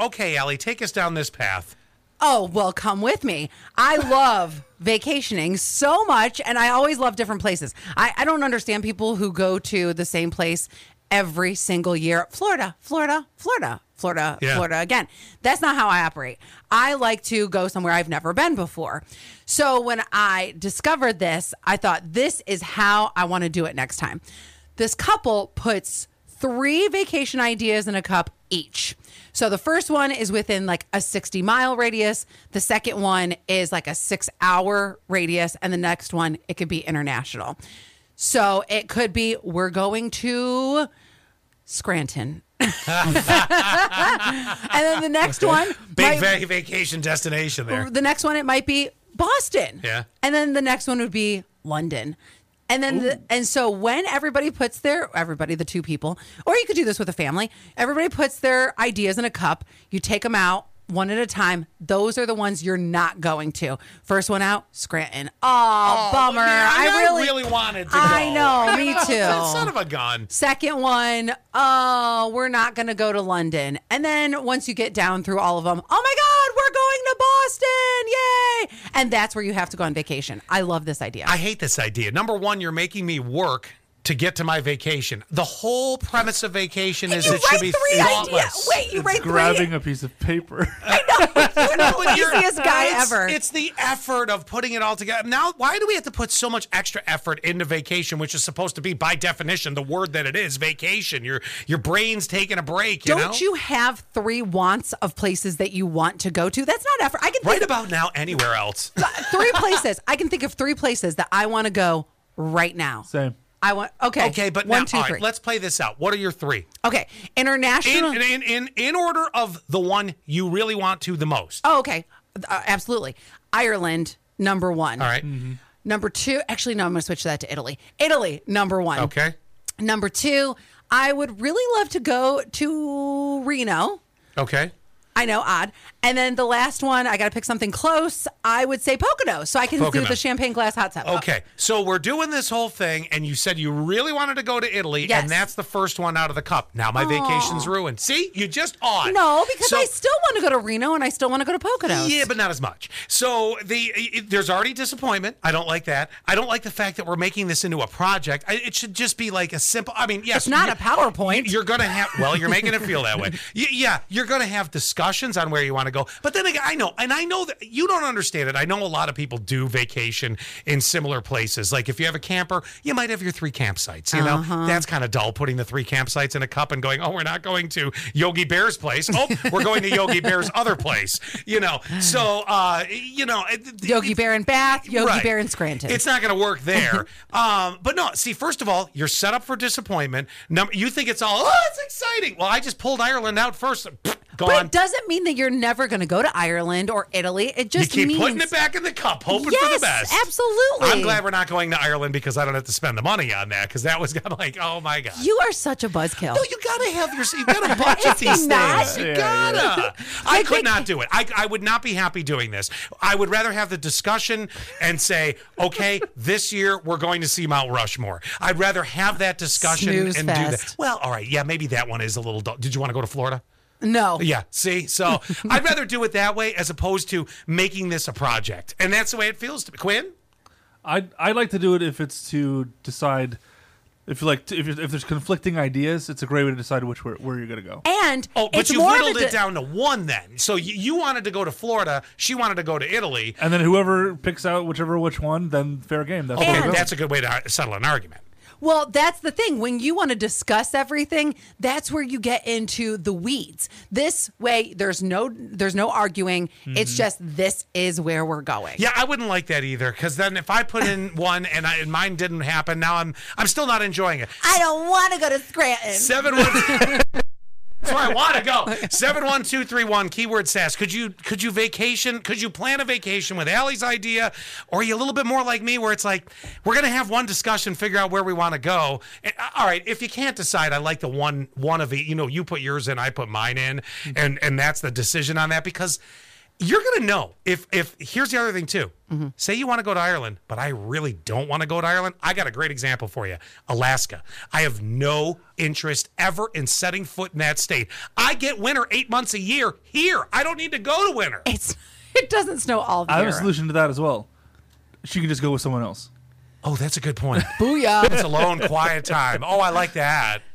Okay, Allie, take us down this path. Oh, well, come with me. I love vacationing so much, and I always love different places. I, I don't understand people who go to the same place every single year Florida, Florida, Florida, Florida, Yeah. Florida again. That's not how I operate. I like to go somewhere I've never been before. So when I discovered this, I thought this is how I want to do it next time. This couple puts three vacation ideas in a cup each. So the first one is within like a 60 mile radius. The second one is like a six hour radius. And the next one, it could be international. So it could be we're going to Scranton. and then the next one, Big might- va- vacation destination there. the next one it might be Boston. Yeah. And then the next one would be London. And then the, and so when everybody puts their everybody the two people or you could do this with a family, everybody puts their ideas in a cup, you take them out one at a time. Those are the ones you're not going to. First one out, Scranton. Oh, bummer. Yeah, I, really, wanted to I go. know, me too. Son of a gun. Second one, oh, we're not going to go to London. And then once you get down through all of them, oh my God, we're going to Boston. Yay. And that's where you have to go on vacation. I love this idea. I hate this idea. Number one, you're making me work to get to my vacation. The whole premise of vacation is you it should write be three ideas. thoughtless. Wait, you write grabbing three. a piece of paper. You're- Easiest guy it's, ever. It's the effort of putting it all together. Now, why do we have to put so much extra effort into vacation, which is supposed to be, by definition, the word that it is, vacation? Your your brain's taking a break. You Don't know? you have three wants of places that you want to go to? That's not effort. I can right think about now anywhere else? three places. I can think of three places that I want to go right now. Same. I want okay. Okay, but Oh, one, now, two, all right, three. let's play this out. What are your three? okay, international. In, in, in, in order of the one you really want to the most. Oh, okay. Uh, absolutely. Ireland, number one. All right. Number two, actually, no, I'm going to switch that to Italy. Italy, number one. Okay. Number two, I would really love to go to Reno. Uh, Okay. I know, odd. And then the last one, I got to pick something close. I would say Pocono, so I can do Pocono. the champagne glass hot tub. Okay. So we're doing this whole thing, and you said you really wanted to go to Italy, Yes. and that's the first one out of the cup. Now my vacation's ruined. See, you just on. No, because So- I still want to go to Reno and I still want to go to Pocono. Yeah, but not as much. So the it, there's already disappointment. I don't like that. I don't like the fact that we're making this into a project. I, it should just be like a simple. I mean, yes, It's not you- a PowerPoint. You're gonna have. Well, you're making it feel that way. Y- yeah, you're gonna have discussions on where you want to go. But then again, I know, and I know that you don't understand it. I know a lot of people do vacation in similar places. Like if you have a camper, you might have your three campsites. You know, that's kind of dull putting the three campsites in a cup and going, oh, we're not going to Yogi Bear's place. Oh, we're going to Yogi Bear's other place. You know, so uh, you know, it- Yogi Bear in Bath, Yogi Right. Bear in Scranton. It's not going to work there. um, but no, see, first of all, you're set up for disappointment. Number, you think it's all, oh, it's exciting. Well, I just pulled Ireland out first. Pfft, but Gone. it doesn't mean that you're never going to go to Ireland or Italy. It You just keep means putting it back in the cup, hoping for the Yes, best. absolutely. I'm glad we're not going to Ireland because I don't have to spend the money on that because that was kind of like, oh my god. You are such a buzzkill. No, you gotta have your. You gotta budget Is he these not? things. You Yeah, gotta. I Like, could like- not do it. I, I would not be happy doing this. I would rather have the discussion and say, okay, this year we're going to see Mount Rushmore. I'd rather have that discussion Snooze and do that. fest. Well, all right, yeah, maybe that one is a little. dull. Did you want to go to Florida? no. Yeah, see? So I'd rather do it that way as opposed to making this a project. And that's the way it feels to me. Quinn? I I like to do it if it's to decide if like if, if there's conflicting ideas, it's a great way to decide which where, where you're gonna go. And Oh, but it's you more of whittled a it di- down to one then. So you, you wanted to go to Florida. She wanted to go to Italy. And then whoever picks out whichever which one, then fair game. That's Okay, where we're that's a good way to settle an argument. Well, that's the thing. When you want to discuss everything, that's where you get into the weeds. This way, there's no there's no arguing. It's just this is where we're going. Mm-hmm. Yeah, I wouldn't like that either. Because then if I put in one and, I, and mine didn't happen, now I'm I'm still not enjoying it. I don't want to go to Scranton. Seven one. That's where I want to go. Seven one two three one. Keyword sass. Could you could you vacation? Could you plan a vacation with Allie's idea, or are you a little bit more like me, where it's like we're gonna have one discussion, figure out where we want to go. And, uh, all right, if you can't decide, I like the Mm-hmm. one one of the you know you put yours in, I put mine in, and and that's the decision on that because. you're gonna know if if here's the other thing too. Say you want to go to Ireland, but I really don't want to go to Ireland. I got a great example for you. Alaska. I have no interest ever in setting foot in that state. I get winter eight months a year here. I don't need to go to winter. It's it doesn't snow all the I have year. a solution to that as well. She can just go with someone else. Oh, that's a good point. Booyah. it's alone, quiet time. Oh, I like that.